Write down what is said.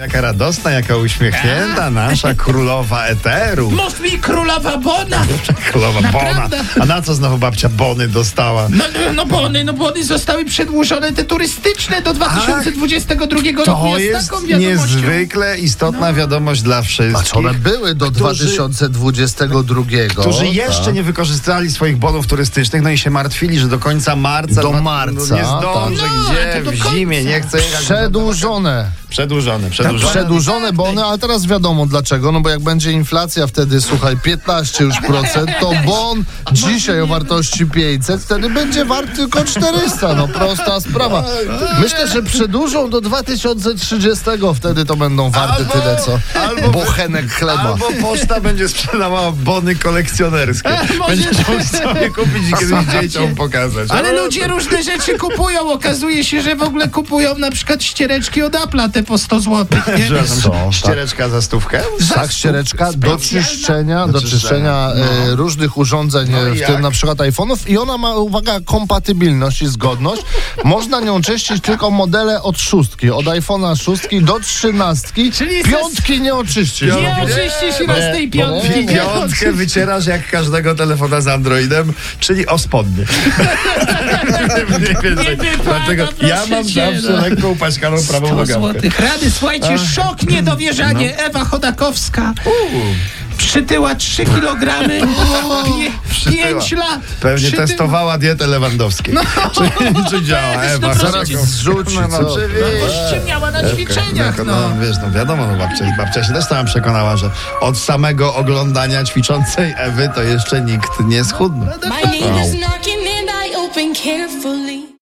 Jaka radosna, jaka uśmiechnięta Tak. nasza królowa eteru. Mów mi królowa Bona! Królowa Bona. No, Naprawdę? A na co znowu babcia Bony dostała? No, no, no Bony, no Bony zostały przedłużone te turystyczne do 2022 roku. Tak. To Ja z jest taką wiadomością- No. niezwykle istotna wiadomość dla Patrz, one wszystkich. były do którzy- 2022. Którzy Tak. jeszcze nie wykorzystali swoich bonów turystycznych, no i się martwili, że do końca marca. Do dwa- marca, Nie zdążę, tak. No, gdzie? to do w zimie, końca. nie chcę jechać. Przedłużone. Tak, Przedłużony, przedłużony. Przedłużone bony, a teraz wiadomo dlaczego, no bo jak będzie inflacja wtedy, słuchaj, 15 już procent, to bon dzisiaj o wartości 500, wtedy będzie wart tylko 400, no prosta sprawa. Myślę, że przedłużą do 2030, wtedy to będą warte tyle, co albo- bochenek chleba. Albo poczta będzie sprzedawała bony kolekcjonerskie. może- Będziesz mógł sobie kupić i kiedyś dzieciom pokazać. Ale ludzie różne rzeczy kupują. Okazuje się, że w ogóle kupują na przykład ściereczki od Apple te po 100 zł. Przepraszam, Co? Tak. ściereczka za stówkę? Tak, ściereczka do czyszczenia, Do do czyszczenia, czyszczenia e, różnych urządzeń, e, no. i w jak? tym na przykład iPhone'ów i ona ma, uwaga, kompatybilność i zgodność. Można nią czyścić tylko modele od szóstki, od iPhone'a szóstki do trzynastki. Czyli se- Piątki nie oczyścisz. Nie oczyści się raz tej piątki. nie? Piątkę wycierasz jak każdego telefona z Androidem, czyli o spodnie. Mniej więcej. Nie wypada, Dlatego proszę ja mam cię, zawsze no. lekko upaśkaną prawą 100 nogawkę. No. złotych. Rady, słuchajcie, szok, niedowierzanie. Ewa Chodakowska przytyła 3 kg. Przytyła. 5 lat. Pewnie Przytyła. testowała dietę No. Lewandowskiej. Czy, czy działa, Ewa? Zaraz Jaką- zrzuci, No, no, co? oczywiście. Jeszcze miała na ćwiczeniach, No, no. no, wiesz, no wiadomo, no babcia, babcia się też sama przekonała, że od samego oglądania ćwiczącej Ewy to jeszcze nikt nie schudnął. My neighbor's knocking and I open carefully.